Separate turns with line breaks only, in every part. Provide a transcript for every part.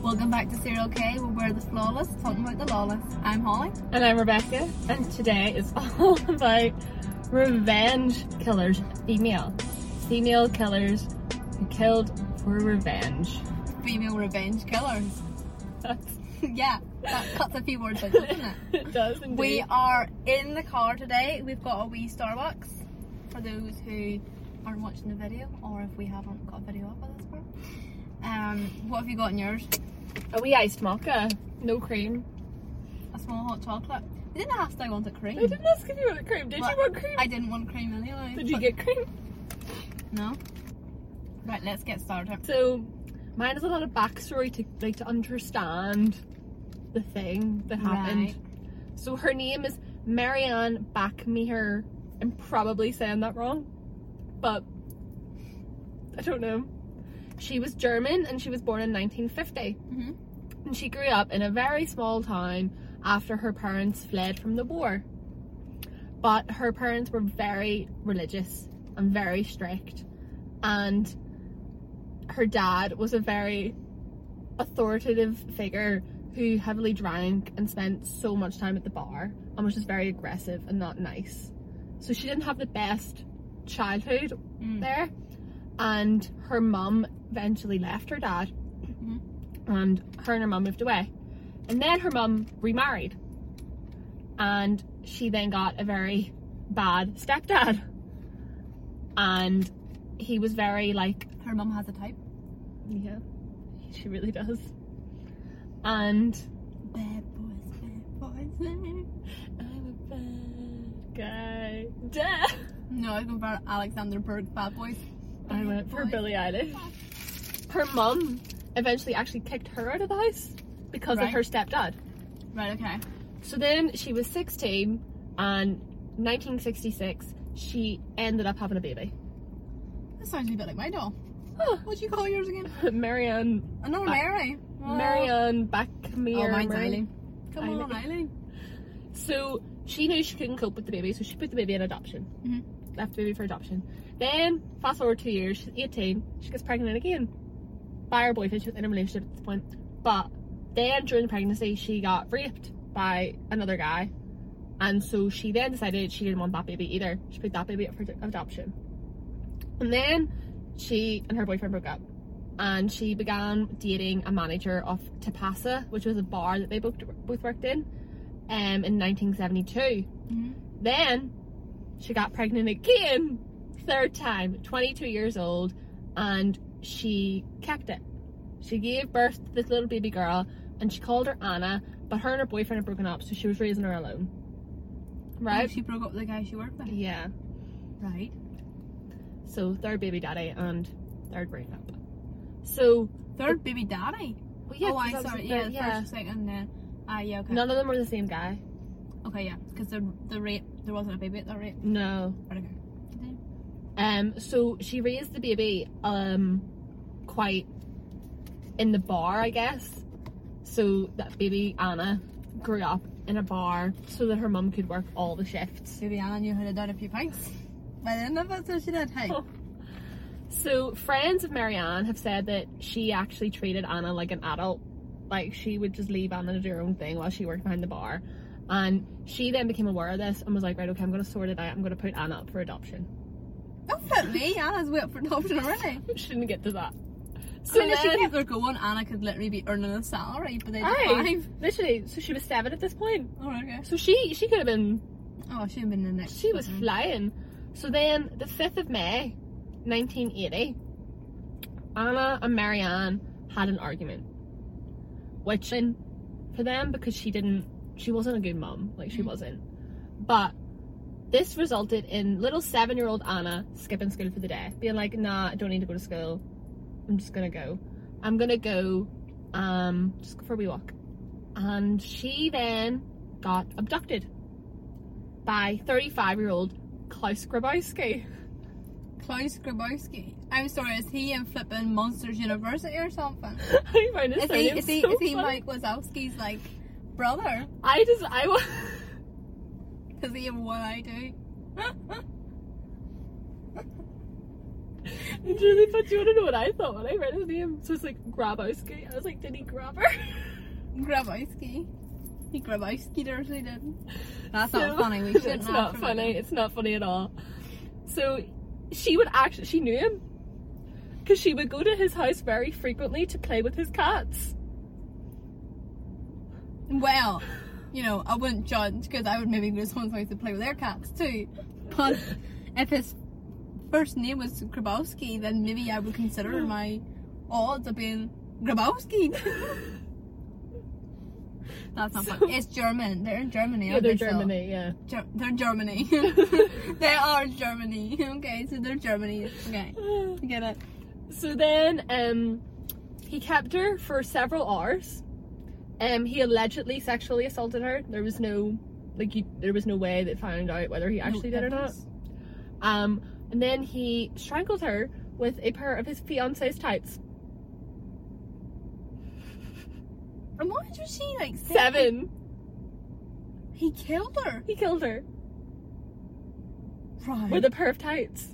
Welcome back to Serial K, where we're the flawless talking about the lawless. I'm Holly.
And I'm Rebecca, and today is all about revenge killers, female. Female killers who killed for revenge.
Female revenge killers.
That's-
yeah, that cuts a few words out, doesn't it?
it does indeed.
We are in the car today. We've got a wee Starbucks for those who aren't watching the video, or if we haven't got a video up at this point. Um, what have you got in yours?
a wee iced mocha, no cream.
A small hot chocolate. You didn't ask I wanted cream.
I didn't ask if you wanted cream. Did
Well,
you want cream?
I didn't want cream anyway.
Did you
but-
get cream?
No. Right, let's get started.
So mine has a lot of backstory to like to understand the thing that happened.
Right.
So her name is Marianne Backmeher. I'm probably saying that wrong, but I don't know. She was German and she was born in 1950.
Mhm.
And she grew up in a very small town after her parents fled from the war. But her parents were very religious and very strict. And her dad was a very authoritative figure who heavily drank and spent so much time at the bar and was just very aggressive and not nice. So she didn't have the best childhood
Mm.
there, and her mum eventually left her dad,
Mhm.
and her and her mum moved away. And then her mum remarried, and she then got a very bad stepdad, and he was very like
Her mum has a type.
yeah, she really does. And
Bad boys, bad boys.
I'm a bad guy. Duh.
No, I go for Alexander Berg bad boys.
I went for
Bad boys.
Billie Eilish. Her mum eventually actually kicked her out of the house because
Right.
of her stepdad.
Right, okay.
So then she was 16, and 1966 she ended up having a baby.
That sounds a bit like my doll.
Oh,
What'd you call yours again?
Marianne,
Another
Ba-
Mary. Oh.
Marianne
Oh,
Backmere.
mine's
Mar-
Eileen. Come on,
Eileen.
Eileen.
So she knew she couldn't cope with the baby, so she put the baby in adoption.
Mhm.
Left the baby for adoption. Then, fast forward two years, she's 18, she gets pregnant again by her boyfriend. She was in a relationship at this point. But then, during the pregnancy, she got raped by another guy. And so she then decided she didn't want that baby either. She put that baby up for adoption. And then she and her boyfriend broke up. And she began dating a manager of Tapasa, which was a bar that they both, both worked in um, in 1972.
Mhm.
Then she got pregnant again, third time, 22 years old, and she kept it. She gave birth to this little baby girl, and she called her Anna, but her and her boyfriend had broken up, so she was raising her alone. Right?
She broke up with the guy she worked with.
Yeah.
Right.
So third baby daddy and third breakup. So
Third baby daddy.
well, yeah,
oh,
'cause
I
that was
sorry.
the-
Yeah, the first, second, then. Ah, yeah, okay.
None of them were the same guy.
Okay, yeah. Because the, the rape, there wasn't a baby at that rape.
No.
Right, okay.
Um, so she raised the baby um quite in the bar, I guess. So that baby Anna grew up in a bar so that her mum could work all the shifts.
Baby Anna knew how to done a few pints. By the end of it, so she did. Hey.
Oh. So friends of Marianne have said that she actually treated Anna like an adult. Like she would just leave Anna to do her own thing while she worked behind the bar. And she then became aware of this and was like, right, okay, I'm gonna sort it out. I'm gonna put Anna up for adoption.
Don't put me. Anna's way up for adoption already.
Shouldn't get to that.
So I mean, if she
then-
kept her going, Anna could literally be earning a salary, but they did
Aye.
five.
Literally, so she was seven at this point.
Oh, okay.
So she she could have been
Oh, she had been the next.
she was
person.
flying. So then the fifth of May, nineteen eighty, Anna and Marianne had an argument. Which in for them because she didn't she wasn't a good mum, like she
Mhm.
wasn't. But this resulted in little seven year old Anna skipping school for the day, being like, nah, I don't need to go to school. I'm just gonna go. I'm gonna go um just go for a wee walk. And she then got abducted by 35 year old Klaus Grabowski.
Klaus Grabowski. I'm sorry, is he in flipping Monsters University or something?
I find his
Is he,
surname
is he,
so
is he
funny.
Mike Wazowski's like brother?
I just, I was.
Because he and what I do.
It really put you want to know what I thought when I read his name. So it's like Grabowski. I was like, did he grab her?
Grabowski. He Grabowski Dursley did. That's not
So-
funny. We shouldn't
it's
laugh
not
about
funny.
it.
It's not funny at all. So she would actually she knew him because she would go to his house very frequently to play with his cats.
Well, you know, I wouldn't judge because I would maybe go to someone's house to play with their cats too. But if his first name was Grabowski, then maybe I would consider my odds of being Grabowski. That's not
So-
funny. It's German. They're in Germany.
Yeah,
aren't
they're
they still?
Germany. Yeah.
Ger- they're Germany. they are Germany. Okay, so they're Germany. Okay, I get it.
So then, um, he kept her for several hours. Um, he allegedly sexually assaulted her. There was no, like, you, there was no way that found out whether he actually did or not. Um, and then he strangled her with a pair of his fiance's tights.
And why did she like say-
Seven.
He killed her.
He killed her
Right.
with a pair of tights.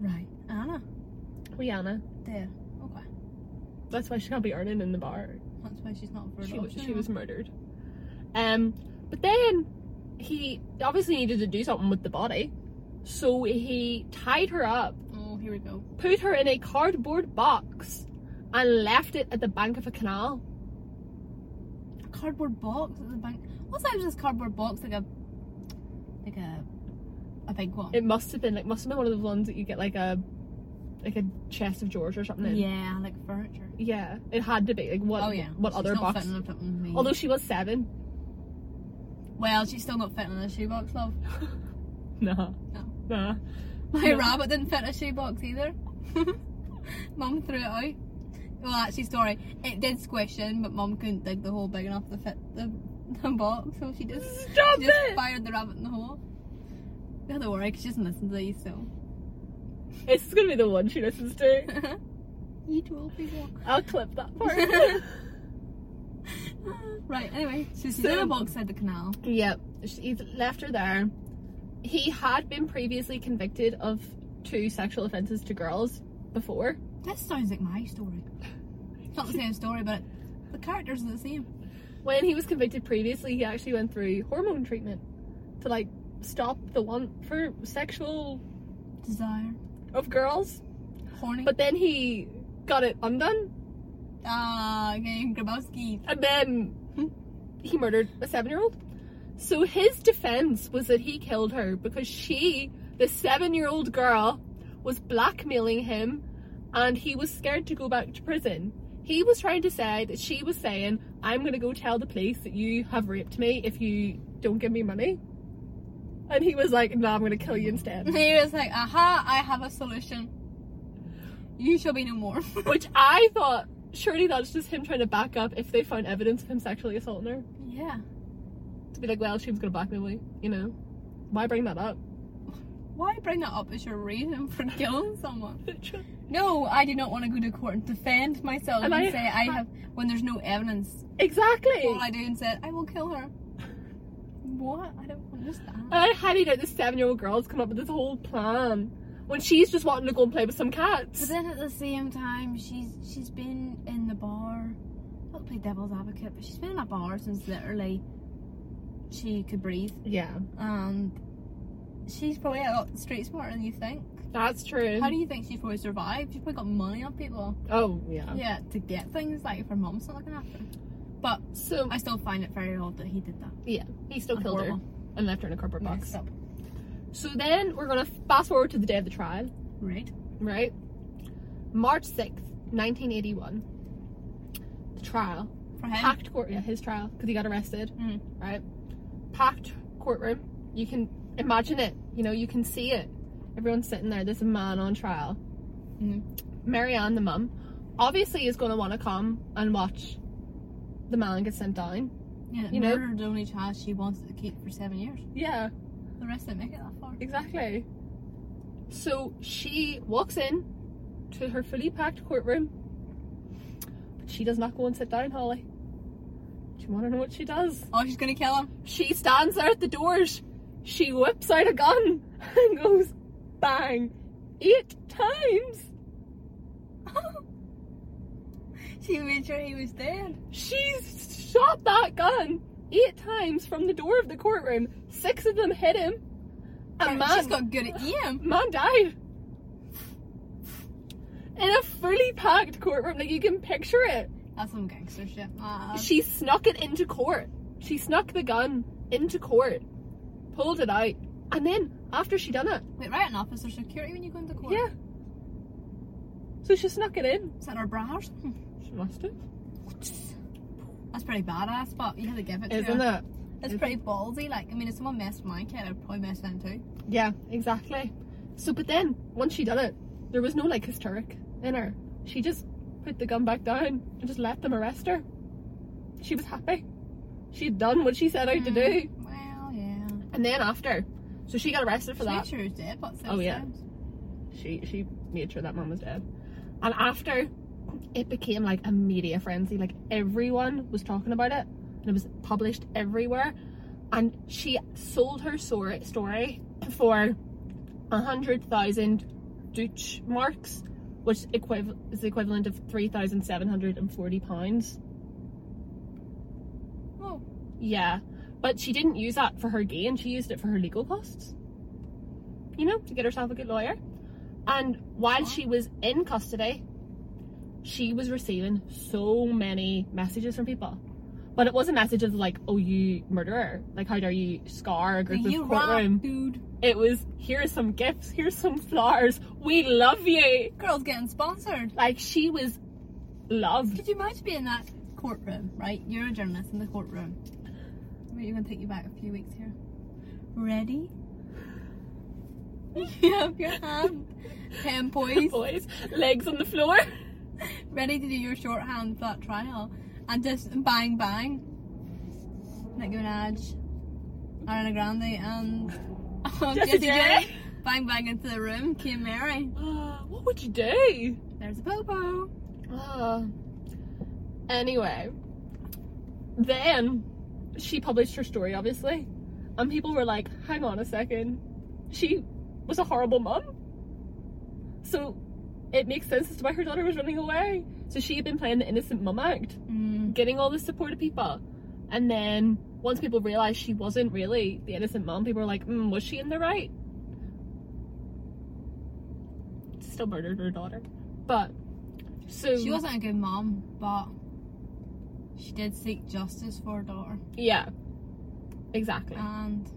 right. Anna.
Rihanna.
There. Okay.
That's why she can't be earning in the bar.
That's why she's not for
She was,
adoption
she was
anymore.
murdered. Um, but then he obviously needed to do something with the body, so he tied her up
Oh, here we go.
put her in a cardboard box and left it at the bank of a canal.
A cardboard box at the bank. What size is this cardboard box? Like a, like a, a big one.
It must have been like must have been one of the ones that you get like a like a chest of drawers or something. in.
yeah, like furniture.
Yeah. It had to be like what
oh yeah.
what
She's
other
not
box?
Fitting up to me.
Although she was seven.
well, she's still not fitting in a shoebox, love.
Nah.
No.
Nah.
My
No.
rabbit didn't fit in a shoebox either. Mum threw it out. Well, actually, sorry, it did squish in, but Mum couldn't dig the hole big enough to fit the, the box, so she just
Stop
she just
it!
fired the rabbit in the hole. Yeah, don't worry, 'cause she doesn't listen to these, so.
It's gonna be the one she listens to.
you twelve people.
I'll clip that part.
right, anyway, so she's
So-
in a box side the canal.
yep. He left her there. He had been previously convicted of two sexual offences to girls before.
This sounds like my story. It's not the same story, but the characters are the same.
when he was convicted previously, he actually went through hormone treatment to like stop the want for sexual
Desire,
of girls.
horny.
But then he got it undone,
Ah, okay, Grabowski.
and then he murdered a seven-year-old. So his defense was that he killed her because she, the seven-year-old girl, was blackmailing him, and he was scared to go back to prison. He was trying to say that she was saying, "I'm going to go tell the police that you have raped me if you don't give me money," and he was like, "No, I'm going to kill you instead,"
He was like, aha, I have a solution. You shall be no more.
which I thought. Surely that's just him trying to back up if they found evidence of him sexually assaulting her.
yeah.
to be like, well, she was gonna blackmail me, you know. Why bring that up?
Why bring that up as your reason for killing someone? No, I do not want to go to court and defend myself
And
and,
I-
say I have when there's no evidence.
exactly.
All I do and said, I will kill her. What? I don't understand.
And I highly doubt this seven-year-old girl's come up with this whole plan when she's just wanting to go and play with some
But
cats.
then at the same time, she's she's been in the bar. I'll play devil's advocate, but she's been in a bar since literally she could breathe,
Yeah,
and she's probably a lot street smarter than you think.
that's true.
How do you think she's probably survived? She's probably got money off people.
oh yeah.
Yeah, to get things like if her mom's not looking after. her. But
So
I still find it very odd that he did that.
he still killed her
Horrible.
and left her in a cardboard box.
Messed up.
So then we're gonna fast forward to the day of the trial,
Right.
right? March sixth, nineteen eighty-one. The trial.
For him.
packed court yeah his trial because he got arrested
Mm.
right packed courtroom you can imagine it you know you can see it everyone's sitting there there's a man on trial Mm-hmm.
Mm.
marianne the mum obviously is going to want to come and watch the man get sent down
yeah,
you
you
know-
murdered the only child she wanted to keep for seven years.
yeah
The rest didn't make it that far.
exactly so she walks in to her fully packed courtroom but she does not go and sit down holly do you want to know what she does
Oh, she's gonna kill him.
She stands there at the doors. She whips out a gun and goes bang eight times.
She made sure he was dead.
She's shot that gun eight times from the door of the courtroom. Six of them hit him. And
Apparently She's
man,
got good at EM.
man died. In a fully packed courtroom, like you can picture it.
That's some gangster shit, Uh, man.
She snuck it into court. She snuck the gun into court, pulled it out, and then after she done it,
Wait, right an officer security when you go into court.
yeah. So she snuck it in.
Is that her bra or something?
She must have.
That's pretty badass, but you had to give it to
Isn't
her.
it?
It's pretty ballsy. Like, I mean, if someone messed with my kid, I'd probably mess with them too.
Yeah, exactly. So, but then once she done it, there was no like hysteric in her. She just put the gun back down and just let them arrest her. She was happy. She'd done what she set out to do.
Mm, Well, yeah.
And then after, so she got arrested for
She
that.
made sure he was dead, but six
Oh, yeah.
times.
She she made sure that mom was dead. And after, it became like a media frenzy. Like everyone was talking about it, and it was published everywhere. And she sold her sor- story for a hundred thousand Dutch marks, which equiv- is the equivalent of three thousand seven hundred and forty pounds.
Oh,
Yeah, but she didn't use that for her gain. She used it for her legal costs. You know, to get herself a good lawyer. And while she was in custody, she was receiving so many messages from people. But it wasn't messages like, "Oh, you murderer! Like, how dare you scar a group
you
of
rock,
courtroom?"
dude.
It was, "Here's some gifts. Here's some flowers. We love you."
Girl's getting sponsored.
Like she was loved.
Could you imagine being in that courtroom, right? You're a journalist in the courtroom. We're going to take you back a few weeks here. Ready? you have your hand. Ten boys.
Boys, legs on the floor.
Ready to do your shorthand flat trial. And just bang, bang. Nicki Minaj, Ariana Grande, and oh,
Jessie J.
Bang, bang into the room. Kim Mary.
Uh, what would you do?
There's a popo.
Uh, anyway, then she published her story, obviously, and people were like, "Hang on a second, she was a horrible mum." So it makes sense as to why her daughter was running away. So she had been playing the innocent mum act,
Mm.
getting all the support of people, and then once people realized she wasn't really the innocent mum, people were like, mm, "Was she in the right?" Still murdered her daughter, but. So
She wasn't a good mom, but she did seek justice for her daughter.
Yeah. Exactly.
And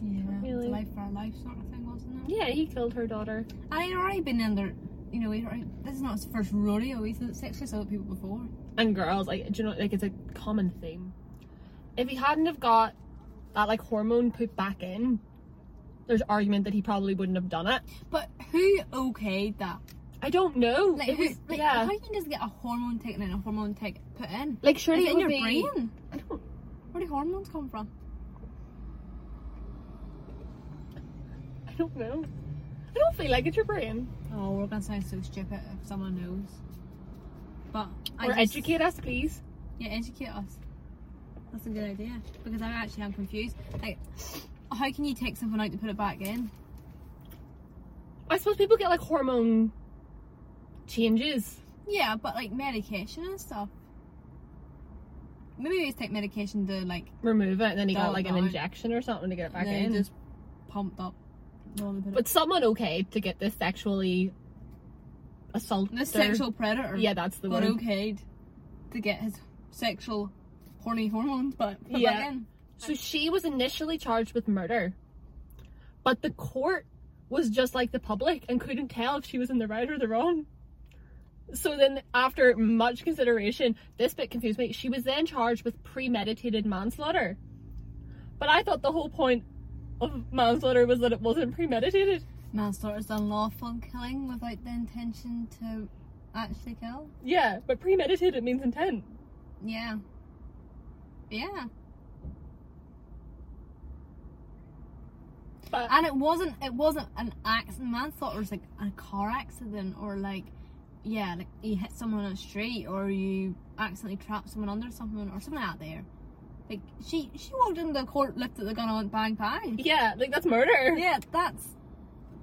yeah,
Really?
it's a life for a life sort of thing, wasn't it?
yeah, he killed her daughter.
And he'd already been in there. You know, he'd already, this is not his first rodeo. He's sexually assaulted people before.
And girls, like do you know like it's a common theme. If he hadn't have got that like hormone put back in, there's argument that he probably wouldn't have done it.
But who okayed that?
I don't know.
Like,
it
who,
was,
like
yeah.
how can you just get a hormone taken and a hormone take put in?
like surely
It's
it
in
would
your
be
brain.
I don't
Where do hormones come from?
I don't know. I don't feel like it's your brain.
Oh, we're gonna sound so stupid if someone knows. But I
or
just-
educate us, please.
Yeah, educate us. That's a good idea because I actually am confused. Like, how can you take something out to put it back in?
I suppose people get like hormone changes.
Yeah, but like medication and stuff. Maybe we just take medication to like
Remove it and then he got
Don't
like an
know.
injection or something to get it back
they
in.
just pumped up. all the bit of-
But someone okay to get this sexually assault.
the sexual predator.
Yeah, that's the
got
word.
okayed to get his sexual horny hormones, but put
Yeah.
back in.
So she was initially charged with murder, but the court was just like the public and couldn't tell if she was in the right or the wrong. So then, after much consideration, this bit confused me. She was then charged with premeditated manslaughter. But I thought the whole point of manslaughter was that it wasn't premeditated.
Manslaughter is unlawful killing without the intention to actually kill.
Yeah, but premeditated means intent.
Yeah. Yeah.
But
And it wasn't it wasn't an accident. Man thought it was like a car accident or like yeah, like you hit someone on a street or you accidentally trap someone under something or something out there. Like she she walked into the court, lifted the gun and went bang bang.
yeah, like that's murder.
Yeah, that's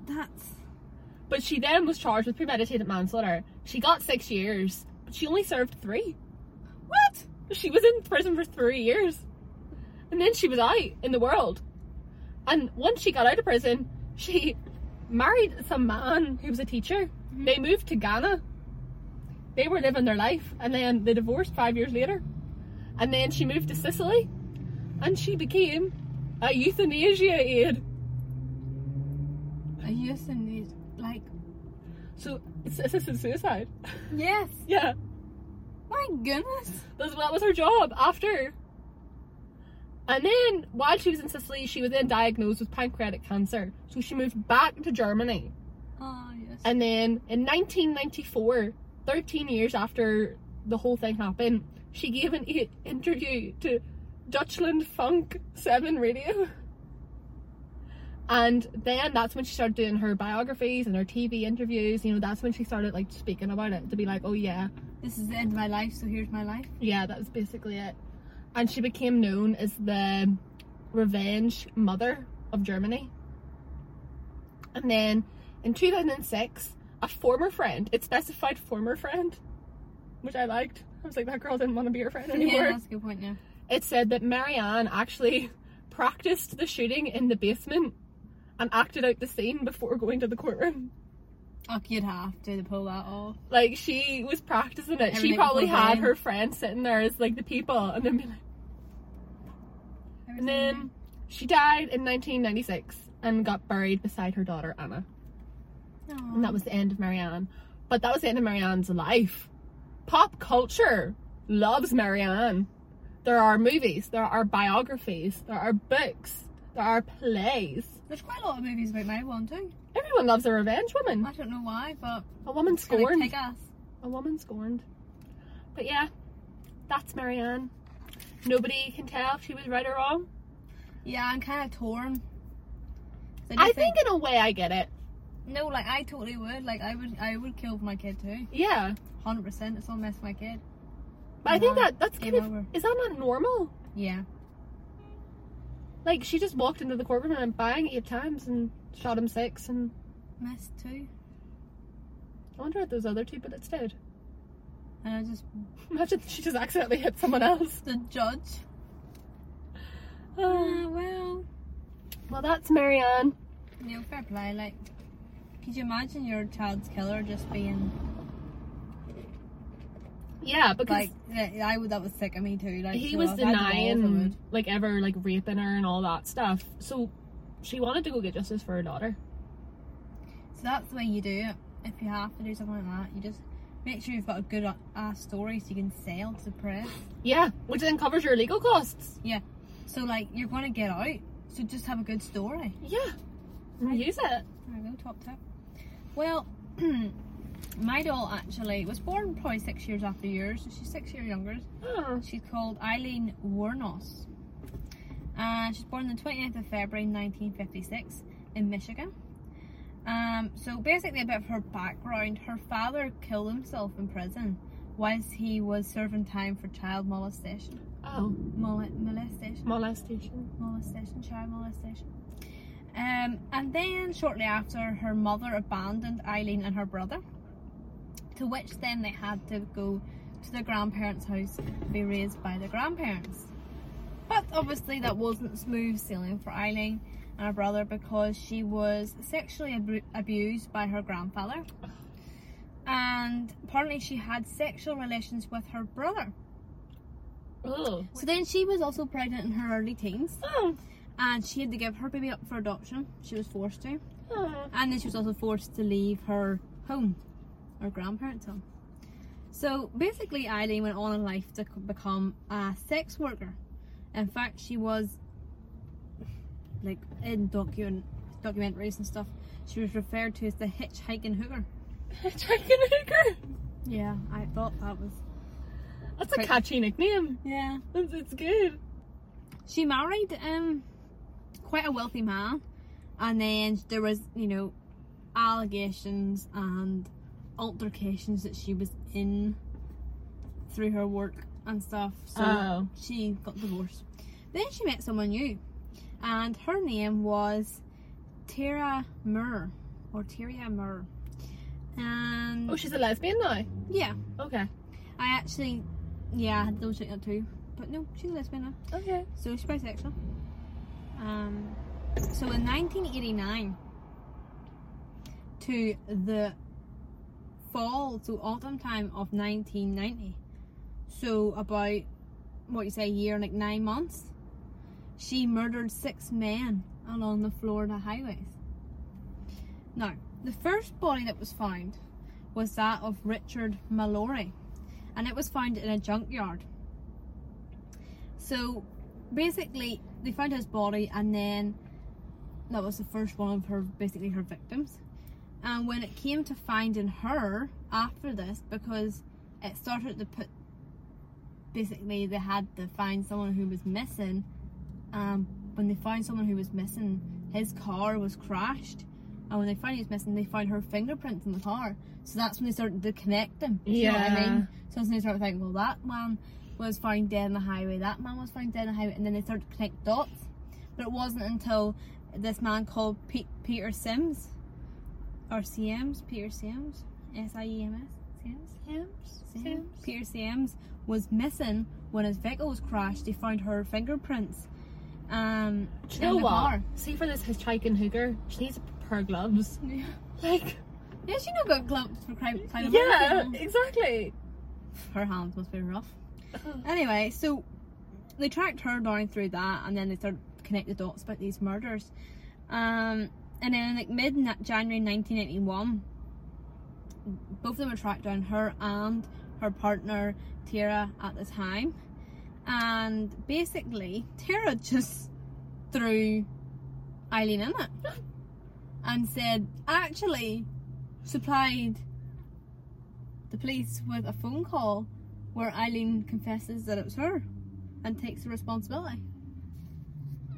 that's
But she then was charged with premeditated manslaughter. She got six years, but she only served three.
What?
She was in prison for three years. And then she was out in the world. And once she got out of prison, she married some man who was a teacher. They moved to Ghana. They were living their life, and then they divorced five years later. And then she moved to Sicily, and she became a euthanasia aide.
A euthanasia, like
So it's assisted suicide.
yes.
Yeah,
My goodness.
that's, that was her job after. And then while she was in Sicily, she was then diagnosed with pancreatic cancer. So she moved back to Germany.
Oh yes.
And then in 1994, 13 years after the whole thing happened, she gave an i- interview to Dutchland Funk 7 Radio. And then that's when she started doing her biographies and her TV interviews. You know, that's when she started like speaking about it to be like, oh yeah,
this is the end of my life, so here's my life.
yeah, that was basically it. And she became known as the revenge mother of Germany. And then in 2006, a former friend, it specified former friend, which I liked. I was like, that girl didn't want to be your friend anymore.
Yeah, that's a good point. Yeah.
It said that Marianne actually practiced the shooting in the basement and acted out the scene before going to the courtroom.
Oh, you'd have to pull that off.
Like she was practicing it.
Everything
she probably
before
had
bed.
her friend sitting there as like the people and then be like, And then she died in 1996 and got buried beside her daughter Anna.
Aw.
And that was the end of Marianne. But that was the end of Marianne's life. Pop culture loves Marianne. There are movies, there are biographies, there are books, there are plays.
There's quite a lot of movies about my one too.
Everyone loves a revenge woman.
I don't know why, but
A woman
it's gonna
scorned.
kick ass.
A woman scorned. But yeah, that's Marianne. Nobody can tell if she was right or wrong.
Yeah, I'm kind of torn. 'Cause do
I think in a way I get it.
no, like I totally would. Like I would, I would kill for my kid too.
Yeah.
Hundred percent. It's all mess with my kid.
But I think
Yeah.
that that's
Game
kind of
over.
is that not normal?
Yeah.
Like she just walked into the courtroom and went bang eight times and shot him six, and
Mess too.
I wonder what those other two bullets did.
And I just
Imagine she just accidentally hit someone else.
the judge.
Oh,
Ah, well.
well, that's Marianne.
No fair play. Like, could you imagine your child's killer just being
Yeah, because
like? yeah, I would. That was sick of me too. Like
he
so
was
if I had the balls, I would.
denying like ever like raping her and all that stuff. So she wanted to go get justice for her daughter.
So that's the way you do it. If you have to do something like that, you just make sure you've got a good uh, ass story so you can sell to the press.
Yeah, which then covers your legal costs.
So like you're gonna get out. So just have a good story.
Yeah, and use it.
There we go, top tip. Well, my doll actually was born probably six years after yours, so she's six years younger.
Oh,
She's called Eileen Warnos. Uh, she's born the 29th of February 1956 in Michigan. Um, so basically a bit of her background, her father killed himself in prison whilst he was serving time for child molestation.
oh,
Mole- molestation?
molestation.
molestation, child molestation. Um, and then shortly after, her mother abandoned Eileen and her brother, to which then they had to go to their grandparents' house to be raised by their grandparents. But obviously, that wasn't smooth sailing for Eileen and her brother because she was sexually abu- abused by her grandfather. And apparently, she had sexual relations with her brother.
Oh,
So then she was also pregnant in her early teens
oh,
and she had to give her baby up for adoption. She was forced to,
oh.
and then she was also forced to leave her home, her grandparents' home. So basically, Eileen went on in life to c- become a sex worker. In fact, she was like in docu- documentaries and stuff. She was referred to as the hitchhiking hooker.
Dragon Hooker.
Yeah, I thought that was
That's a
Right.
catchy nickname.
yeah.
It's, it's good.
she married um quite a wealthy man and then there was you know allegations and altercations that she was in through her work and stuff so
Oh.
she got divorced then she met someone new and her name was Tara Murr or Tara Murr
Oh, she's a lesbian now.
Yeah.
Okay.
I actually, yeah, I had those that too. But no, she's a lesbian now.
Okay.
So she's bisexual. Um, so in 1989, to the fall, so autumn time of 1990, so about what you say, a year and like nine months, she murdered six men along the Florida highways. Now, the first body that was found was that of Richard Mallory, and it was found in a junkyard. So basically they found his body and then that was the first one of her basically her victims and when it came to finding her after this because it started to put basically they had to find someone who was missing um, when they found someone who was missing his car was crashed and when they found he was missing they found her fingerprints in the car so that's when they started to connect them Do you know what i
Yeah.
mean so that's when they started thinking well that man was found dead on the highway that man was found dead on the highway and then they started to connect dots but it wasn't until this man called Pe- Peter Sims or Sims, Peter Sims, S I E M S, Sims,
Sims.
Sims. Peter Sims was missing when his vehicle was crashed. They found her fingerprints. Um,
Do you
in
know
the
what?
car.
See for this hitchhiking hooker, she needs to prepare gloves.
Yeah,
Like,
she no got gloves for crime. crime of
yeah,
everything.
exactly.
her hands must be rough. Anyway, so they tracked her down through that, and then they started to connect the dots about these murders. Um, and then, like mid January 1981, both of them were tracked down, her and her partner Tara at the time. And basically, Tara just threw Eileen in it and said, actually, supplied the police with a phone call where Eileen confesses that it was her and takes the responsibility.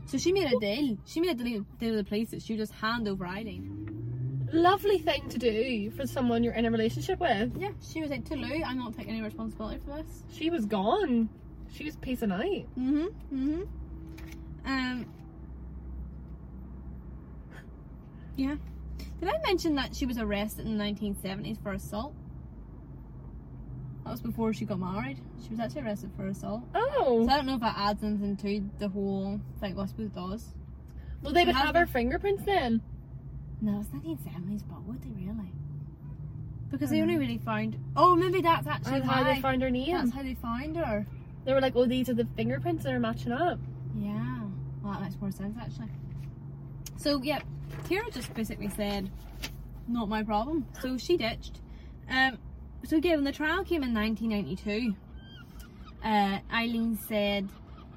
So she made a deal. She made a deal deal with the police that she just hand over Eileen.
Lovely thing to do for someone you're in a relationship with.
Yeah, she was like, to Lou, I'm not taking any responsibility for this.
She was gone. She was peacing out.
Mm hmm. Mm hmm. Um. Yeah. Did I mention that she was arrested in the 1970s for assault? That was before she got married. She was actually arrested for assault.
Oh.
So I don't know if that adds anything to the whole thing. Well, I suppose it does.
well, they
she
would
has
have
been-
her fingerprints then.
No, it's 1970s, but would they really? Because
I
they
don't
only really found. Oh, maybe that's actually
And
why.
how they found her
that's
name.
how they found her.
They were like, oh, these are the fingerprints that are matching up.
Yeah. Well, that makes more sense actually. So yeah, Tara just basically said, "Not my problem." So she ditched. Um, so yeah, when the trial came in 1992, uh, Eileen said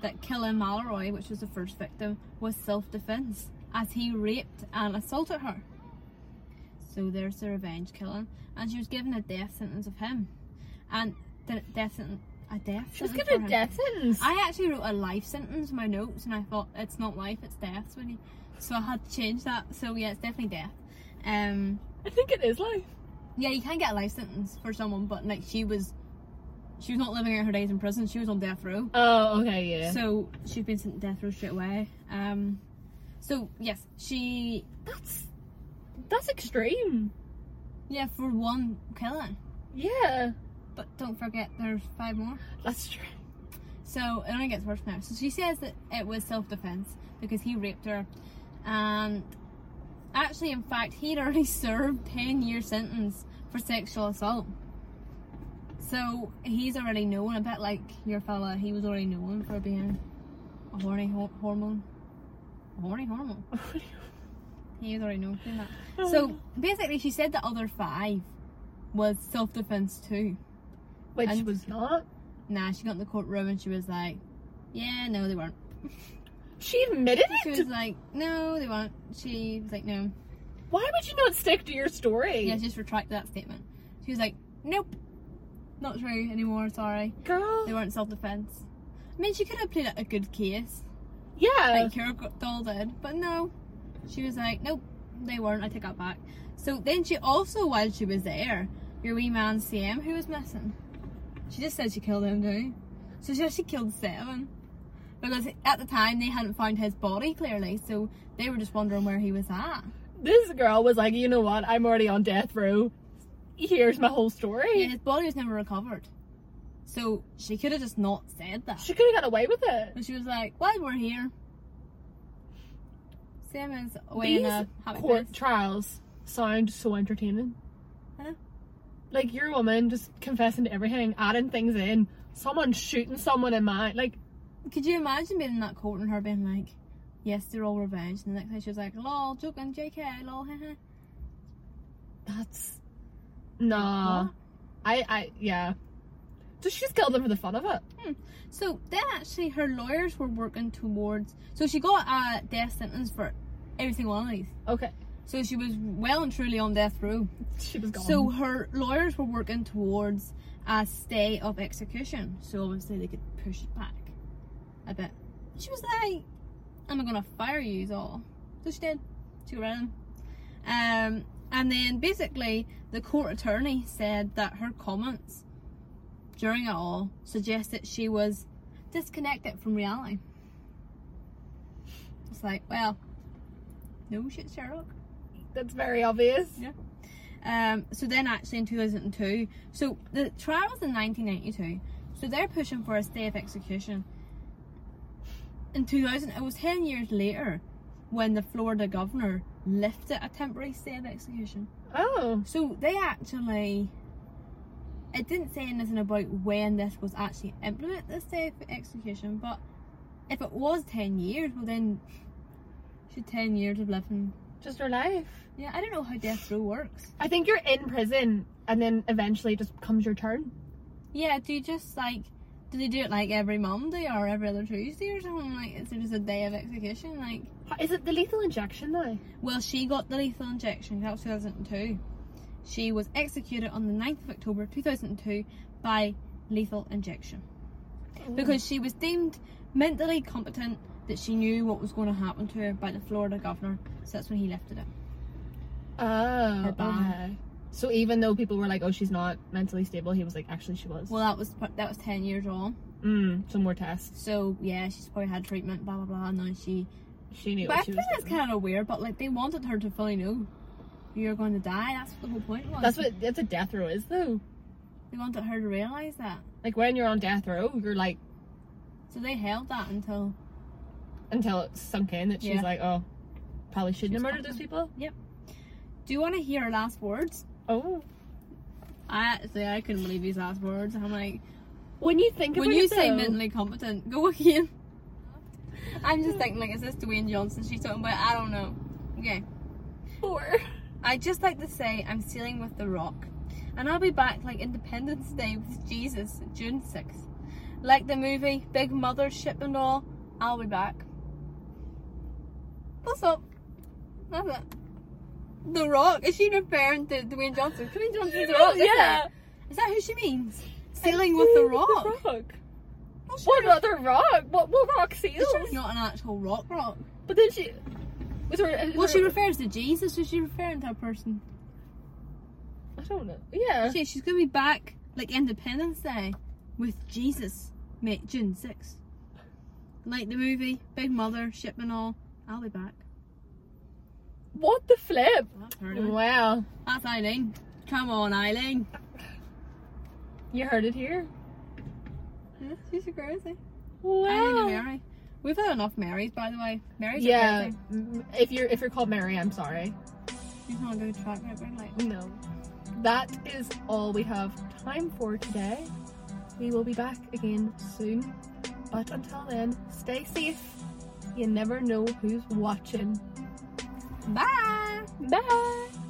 that killing Malroy, which was the first victim, was self-defense as he raped and assaulted her. So there's the revenge killing, and she was given a death sentence of him, and the death sentence. A death.
She was
sentence
given
for
a
him.
death sentence.
I actually wrote a life sentence in my notes, and I thought it's not life, it's death, sweetie. So I had to change that. So yeah, it's definitely death. Um,
I think it is life.
yeah, you can get a life sentence for someone, but like she was, she was not living out her days in prison. She was on death row,
Oh, okay, yeah.
so she's been sent to death row straight away. Um, so yes, she
that's that's extreme.
yeah for one killing,
Yeah,
but don't forget there's five more.
that's true.
So it only gets worse now. So she says that it was self defense because he raped her. And actually, in fact, he'd already served 10 year sentence for sexual assault. So he's already known, a bit like your fella, he was already known for being a horny ho- hormone. A horny hormone. He was already known for that. So basically, she said the other five was self defense too.
which
and-
was not.
Nah, she got in the courtroom and she was like, yeah, no, they weren't.
She admitted
She
it.
was like, no, they won't. She was like, no.
Why would you not stick to your story,
Yeah, just retract that statement. She was like, nope. Not true anymore, sorry.
girl?
They weren't self defense. I mean, she could have played a good case,
yeah,
like your doll did, but no. She was like, nope, they weren't. I take that back. So then she also, while she was there, your wee man CM, who was missing, she just said she killed him too. So she actually killed seven. Because at the time they hadn't found his body clearly, so they were just wondering where he was at.
this girl was like, you know what? I'm already on death row. here's my whole
Yeah,
story.
his body was never recovered. So she could have just not said that.
She could have got away with it.
But she was like, "While we're here, Sam is away in a happy
Court
place."
trials sound so entertaining.
Huh?
Like your woman just confessing to everything, adding things in, someone shooting someone in my like
Could you imagine being in that court and her being like, "Yes, they're all revenge," and the next day she was like, "Lol, joking, JK, lol." heh heh." That's
nah.
What?
I I yeah. Just she's killed them for the fun of it.
so. Then actually, her lawyers were working towards. So she got a death sentence for every single one of these.
Okay.
So she was well and truly on death row.
She was gone.
So her lawyers were working towards a stay of execution, so obviously they could push it back a bit. She was like, "I'm gonna fire you all." So she did. She ran. Um, and then basically the court attorney said that her comments during it all suggest that she was disconnected from reality. It's like, well, no shit, Sherlock.
that's very obvious.
Yeah. Um, so then actually in 2002, so the trial was in 1992, so they're pushing for a stay of execution. In 2000, it was 10 years later when the Florida governor lifted a temporary stay of execution.
Oh.
So they actually, it didn't say anything about when this was actually implemented, this stay of execution, but if it was 10 years, well then, should 10 years of living.
Just her life.
Yeah, I don't know how death row works.
I think you're in prison and then eventually just comes your turn.
Yeah, do you just like do they do it like every Monday or every other Tuesday or something? Like is there just a day of execution? Like
Is it the lethal injection though?
Well she got the lethal injection, that was two thousand and two. She was executed on the 9th of October two thousand and two by lethal injection. Because she was deemed mentally competent that she knew what was going to happen to her by the Florida governor. So that's when he lifted it.
Oh,
Her bum.
okay. So even though people were like, "Oh, she's not mentally stable," he was like, "Actually, she was."
Well that was that was ten years on.
mm, some more tests.
So yeah, she's probably had treatment, blah blah blah, and now she
She knew.
But I
What she
think
was
that's
doing.
kind of weird. But like, they wanted her to fully know you're going to die. That's what the whole point was.
That's what that's what death row is, though.
they wanted her to realize that.
Like when you're on death row, you're like
So they held that until
until it's sunk in that she's
Yeah.
like, "Oh, probably shouldn't
She's
have murdered those people."
Do you want to hear her last words?
Oh,
I actually I couldn't believe his last words. I'm like,
when you think
when
about
you
it,
say
though,
mentally competent, go again. I'm just thinking like, is this Dwayne Johnson she's talking about? I don't know. Okay.
four.
I just like to say I'm sailing with the rock, and I'll be back like Independence Day with Jesus, June sixth. Like the movie Big Mother Ship and all, I'll be back. What's up? That's it. The Rock. Is she referring to Dwayne Johnson? Dwayne Johnson's the Rock. Isn't
yeah,
It? Is that who she means? Sailing with the Rock.
rock.
Well, sure.
What other rock? What what rock seals?
It's surely not an actual rock rock.
But then she was her.
Well,
her-
she refers to Jesus. Was she referring to a person?
I don't know. Yeah.
Shit, she's gonna be back like Independence Day with Jesus, mate, June 6th. Like the movie, Big Mother, Ship and all. I'll be back.
What the flip?
That's her. now.
Wow.
That's Eileen. Come on, Eileen.
You heard it here.
She's crazy. Eileen and
Wow.
Mary. We've had enough Marys, by the way. Mary's are
Yeah.
crazy.
m- If you're if you're called Mary, I'm sorry.
She's not a good track record. Like,
No. That is all we have time for today. We will be back again soon. But until then, stay safe. You never know who's watching.
bye.
Bye.